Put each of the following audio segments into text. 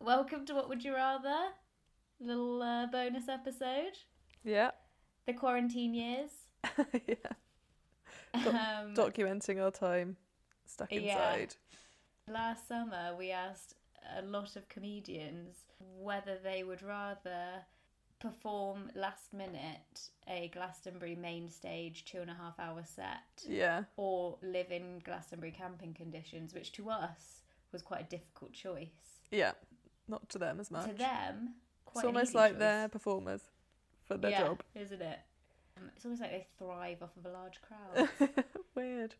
Welcome to What Would You Rather? Little uh, bonus episode. Yeah. The quarantine years. yeah. Um, Documenting our time stuck Yeah. inside. last summer, we asked a lot of comedians whether they would rather perform last minute a Glastonbury main stage two and a half hour set Yeah. or live in Glastonbury camping conditions, which to us was quite a difficult choice. Yeah. Not to them as much. To them, quite it's an almost easy like choice. they're performers for their yeah, job. isn't it? Um, It's almost like they thrive off of a large crowd. Weird.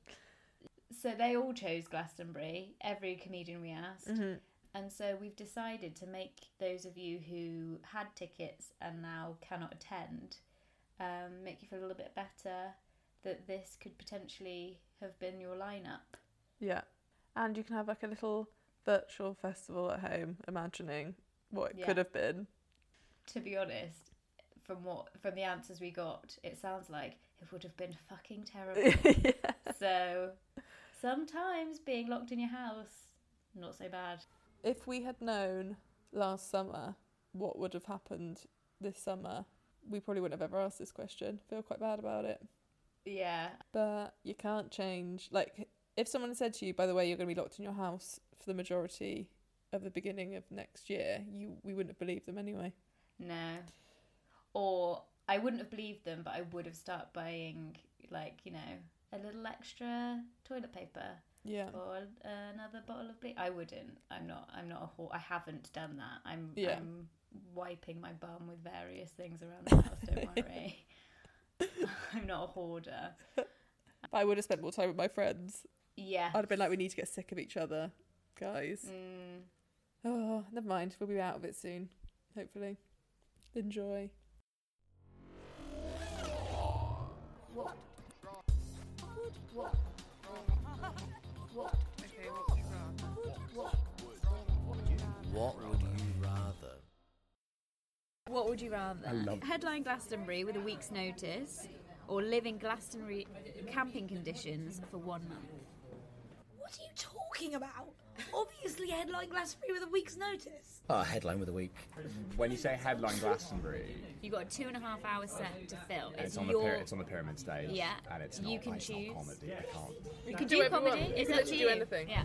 so they all chose Glastonbury, every comedian we asked. hmm And so we've decided to make those of you who had tickets and now cannot attend um, make you feel a little bit better that this could potentially have been your lineup. Yeah. And you can have like a little virtual festival at home, imagining what it Yeah. could have been. To be honest, from what from the answers we got, it sounds like it would have been fucking terrible. yeah. so sometimes being locked in your house, not so bad. If we had known last summer what would have happened this summer, we probably wouldn't have ever asked this question. Feel quite bad about it. Yeah, But you can't change. Like, if someone said to you, by the way, you're going to be locked in your house for the majority of the beginning of next year, you we wouldn't have believed them anyway. No. Or I wouldn't have believed them, but I would have started buying, like, you know, a little extra toilet paper Yeah. or another bottle of bleach. I wouldn't. I'm not. I'm not a whore. I haven't done that. I'm. Yeah. I'm wiping my bum with various things around the house. Don't worry. I'm not a hoarder. But I would have spent more time with my friends. Yeah. I'd have been like, we need to get sick of each other, guys. Mm, Oh, never mind. We'll be out of it soon, hopefully. Enjoy. What would you rather? What would you rather? Headline Glastonbury with a week's notice or live in Glastonbury camping conditions for one month? What are you talking about? Obviously, headline Glastonbury with a week's notice. Oh, headline with the week. When you say headline Glastonbury, You've got a two and a half hour set to fill. it's, on the your. pyra- it's on the pyramid stage, Yeah. and it's not You can like, it's not choose. comedy. I can't. You can do comedy. It's up to you. Yeah.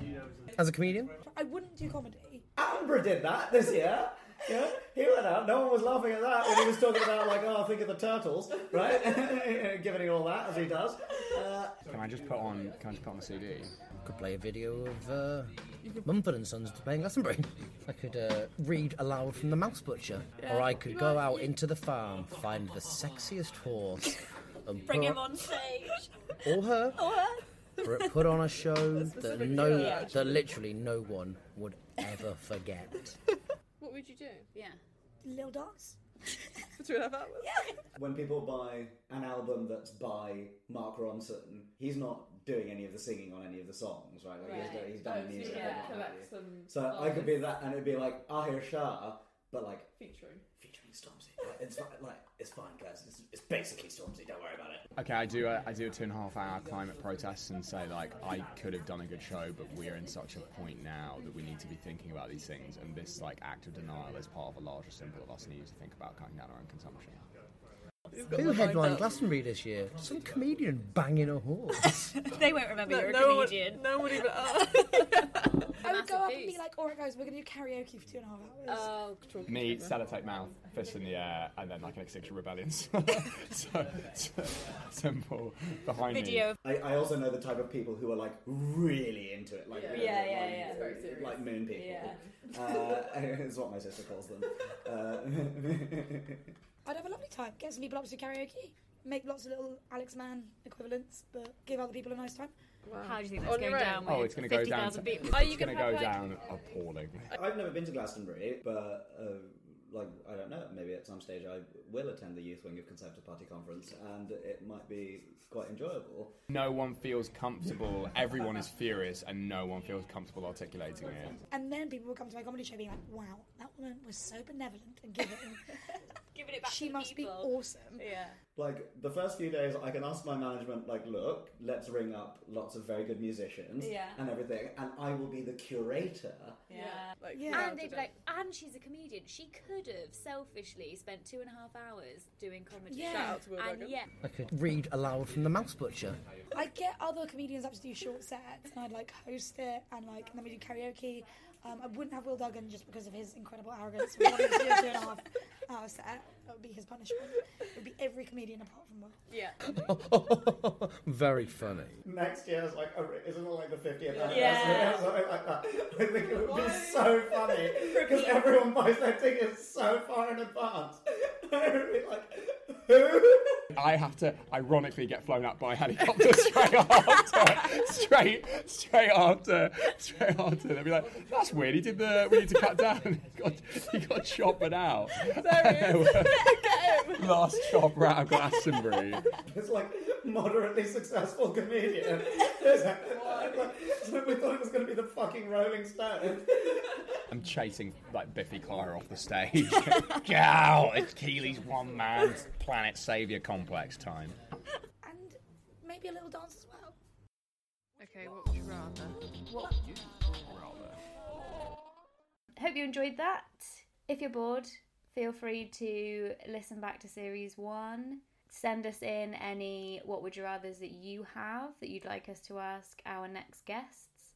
As a comedian? I wouldn't do comedy. Amber did that this year. Yeah, he went out. No one was laughing at that when he was talking about like, oh, think of the turtles, right? Giving it all that as he does. Uh, Can I just put on? Can I just put on the CD? Could play a video of uh, Mumford and Sons playing Glastonbury. I could uh, read aloud from the Mouse Butcher, or I could go out into the farm, find the sexiest horse, and Bring put him on stage. or her, Or or put on a show that no, that literally no one would ever forget. What would you do Yeah. Lil Dance. for two and a half hours? when people buy an album that's by Mark Ronson, he's not doing any of the singing on any of the songs, right? Like he's, Right. done- he's done the music. yeah, and everything. So I could be that, and it'd be like Ahir Shah, but like featuring. featuring Stormzy. Like, it's fine, like it's fine, guys. It's, it's basically Stormzy. Don't worry about it. Okay, I do. A, I do a two and a half hour climate protest and say like, I could have done a good show, but we're in such a point now that we need to be thinking about these things, and this like act of denial is part of a larger symbol of us needing to think about cutting down our own consumption. Who headlined Glastonbury this year? Some comedian banging a horse. They won't remember you're a comedian. One, no one even asked. I would Massive go up and be beast. like, all right, guys, we're going to do karaoke for two and a half hours. oh, Me, sellotape mouth, fist in the air, and then like an extinction rebellion. so, so- symbol behind me. Video of I, I also know the type of people who are like really into it, like you know, Yeah, like, yeah, like, yeah. It's very serious. like moon people. Yeah. Uh, it's what my sister calls them. Uh, I'd have a lovely time. Get some people up to karaoke. Make lots of little Alex Mann equivalents, but give other people a nice time. how do you think that's On your going down with Oh, it's going to go down. 50,000 To, people? Are you it's going gonna to go have, like- down appalling. I've never been to Glastonbury, but uh, like I don't know, maybe at some stage I will attend the youth wing of Conservative Party conference, and it might be quite enjoyable. No one feels comfortable. Everyone is furious, and no one feels comfortable articulating it. And then people will come to my comedy show being like, wow, that woman was so benevolent and giving. giving it back she to the must be people. awesome. Yeah. Like the first few days, I can ask my management, like, look, let's ring up lots of very good musicians Yeah. and everything, and I will be the curator. Yeah. Like, Yeah. proud And of they'd be it. like, and she's a comedian. She could have selfishly spent two and a half hours doing comedy. Yeah. Shout out to Will And Duggan. yet, I could read aloud from the Mouse Butcher. I get other comedians up to do short sets, and I'd like host it, and like and then we do karaoke. Um, I wouldn't have Will Duggan just because of his incredible arrogance. We wanted to do a two and a half hour set. That would be his punishment. It would be every comedian apart from Will. yeah. Very funny. Next year is like, a- isn't it like the 50th anniversary Yeah. or something like that? I think it would be so funny because everyone buys their tickets so far in advance. I would be like, who? I have to ironically get flown up by a helicopter straight after, straight, straight after, straight after. They'll be like, "That's weird. He did the. We need to cut down. He got, he got choppered out. There he Last chopper out of Glastonbury. It's like moderately successful comedian. It's like- so we thought it was going to be the fucking Rolling Stones. I'm chasing like Biffy Clyro off the stage. get out! It's Keely's one man planet savior complex time. And maybe a little dance as well. Okay, what would you rather? Hope you enjoyed that. If you're bored, feel free to listen back to series one. Send us in any what would you rathers that you have that you'd like us to ask our next guests.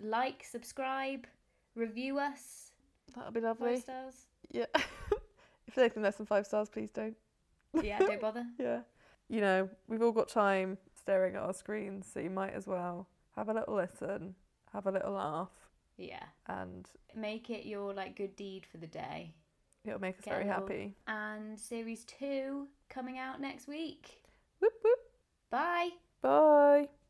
Like, subscribe, review us, That would be five lovely. stars. Yeah. if they're less than five stars, please don't. Yeah, don't bother. Yeah. You know, we've all got time staring at our screens, so you might as well have a little listen, have a little laugh, Yeah. and Make it your like good deed for the day. it'll make us Get very a little- happy. And series two coming out next week. Whoop whoop. Bye. Bye.